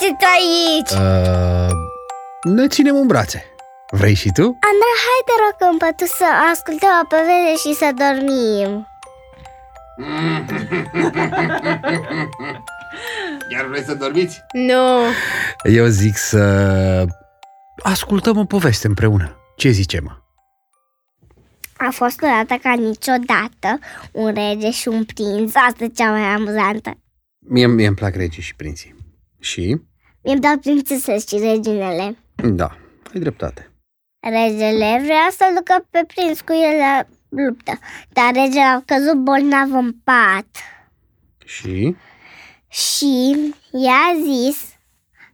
sunt aici? Uh, ne ținem în brațe. Vrei și tu? Andra, hai te rog în pătul să ascultăm o poveste și să dormim. Iar vreți să dormiți? Nu, Eu zic să ascultăm o poveste împreună. Ce zice, mă? A fost odată ca niciodată un rege și un prinț, asta e cea mai amuzantă. Mie, mie îmi plac regii și prinții. Și? Mi-mi dau prințese și reginele. Da, ai dreptate. Regele vrea să ducă pe prinț cu el la luptă, dar regele a căzut bolnav în pat. Și? Și i-a zis,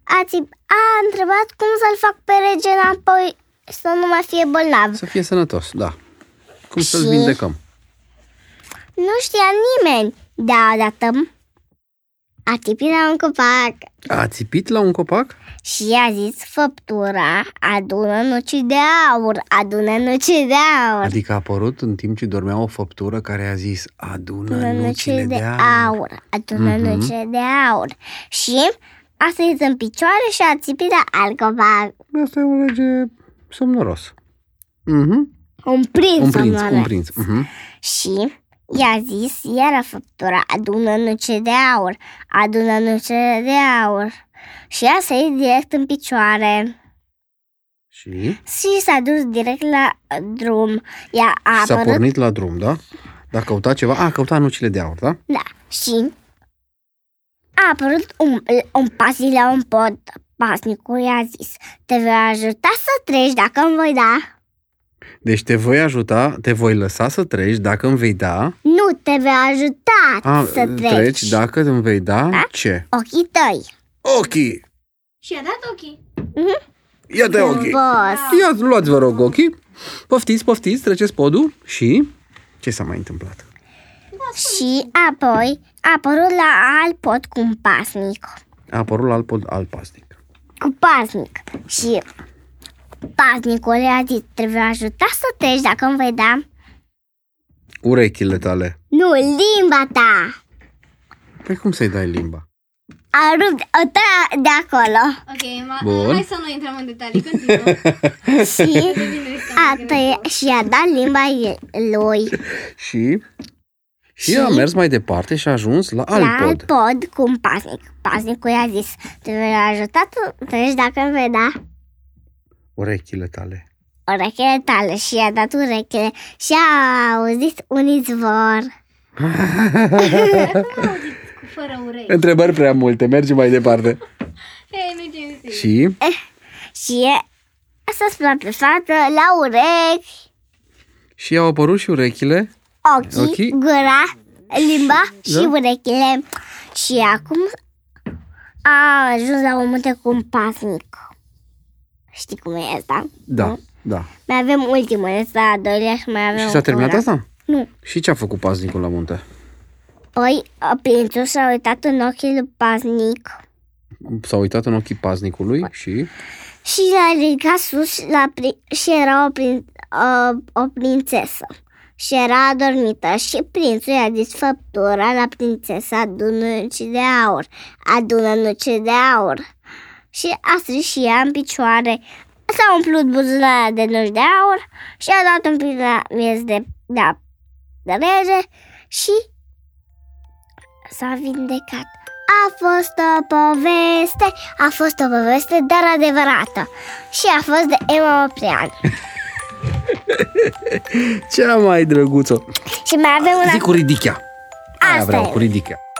a, țip, a întrebat cum să-l fac pe rege înapoi să nu mai fie bolnav. Să fie sănătos, da. Cum să-l Și? vindecăm? Nu știa nimeni, dar odată a tipit la un copac A țipit la un copac? și i-a zis făptura, adună nuci de aur, adună nuci de aur. Adică a apărut în timp ce dormea o făptură care a zis adună nucile de aur. aur, adună Mhm. nucile de aur. Și a sărit în picioare și a țipit la alt copac. Asta e un rege somnoros. Mhm. Un prinț, Un prinț, mă un rog. prinț. Mhm. Și i-a zis iară făptura, adună nuce de aur, adună nuce de aur. Și a sărit direct în picioare Și? și s-a dus direct la uh, drum. Ea a S-a apărut pornit la drum, da? Dar căuta ceva? A, căuta nucile de aur, da? Da, și a apărut un, un pasnic la un pod. Pasnicul i-a zis, te voi ajuta să treci dacă îmi voi da. Deci te voi ajuta, te voi lăsa să treci dacă îmi vei da. Nu, te voi ajuta să treci. treci dacă îmi vei da, Da? ce? Ochii tăi. Ochii! Și a dat ochii. Mhm. Ia de ochii! Boss. Ia, luați vă rog ochii. Poftiți, poftiți, treceți podul și... Ce s-a mai întâmplat? Și apoi a apărut la alt pod cu un pasnic. A apărut la alt pod alt pasnic. Cu pasnic. Și pasnicul i-a zis, te voi ajuta să treci dacă îmi vei da. Urechile tale. Nu, limba ta. Păi cum să-i dai limba? A rupt o tăia de acolo. Ok, ma- Bun. hai să nu intrăm în detalii, continuă. Și Bine, A tăia- și a dat limba ei- lui Și... Și a mers mai departe și a ajuns la alt la pod. alt pod cu un pasnic. Pasnicul i-a zis, te vei ajuta tu, treci dacă îmi vei da Urechile tale. urechile tale. Și i-a dat urechile și a auzit un izvor. cu fără urechi. Întrebări prea multe, mergi mai departe. Hei, nu te uiți. Și Și e- s-a spus pe fată la urechi, Și au apărut și urechile. ochii, Ochii. gura, limba Da. și urechile. Și acum a ajuns la un munte cu un pasnic. Știi cum e asta? Da, da. Mai avem ultimul, este a doilea și mai avem și s-a încă terminat una. asta? Nu. Și ce a făcut paznicul la munte? Păi, a, prințul s-a uitat în ochii lui paznic S-a uitat în ochii paznicului și... și l-a ridicat sus și la pri- și era o, prin- o, o prințesă. Și era adormită și prințul i-a zis făptura la prințesă adună nuci de aur, adună nuci de aur. Și a strâns și ea în picioare. S-a umplut buzunarea de nuci de aur și a dat un pic la miez de, de, de rege și s-a vindecat. A fost o poveste, a fost o poveste, dar adevărată. Și a fost de Emma Oprean. Cea mai drăguță! Și mai avem una... Zic cu ridichea! Aia Asta vreau, e. cu ridichea.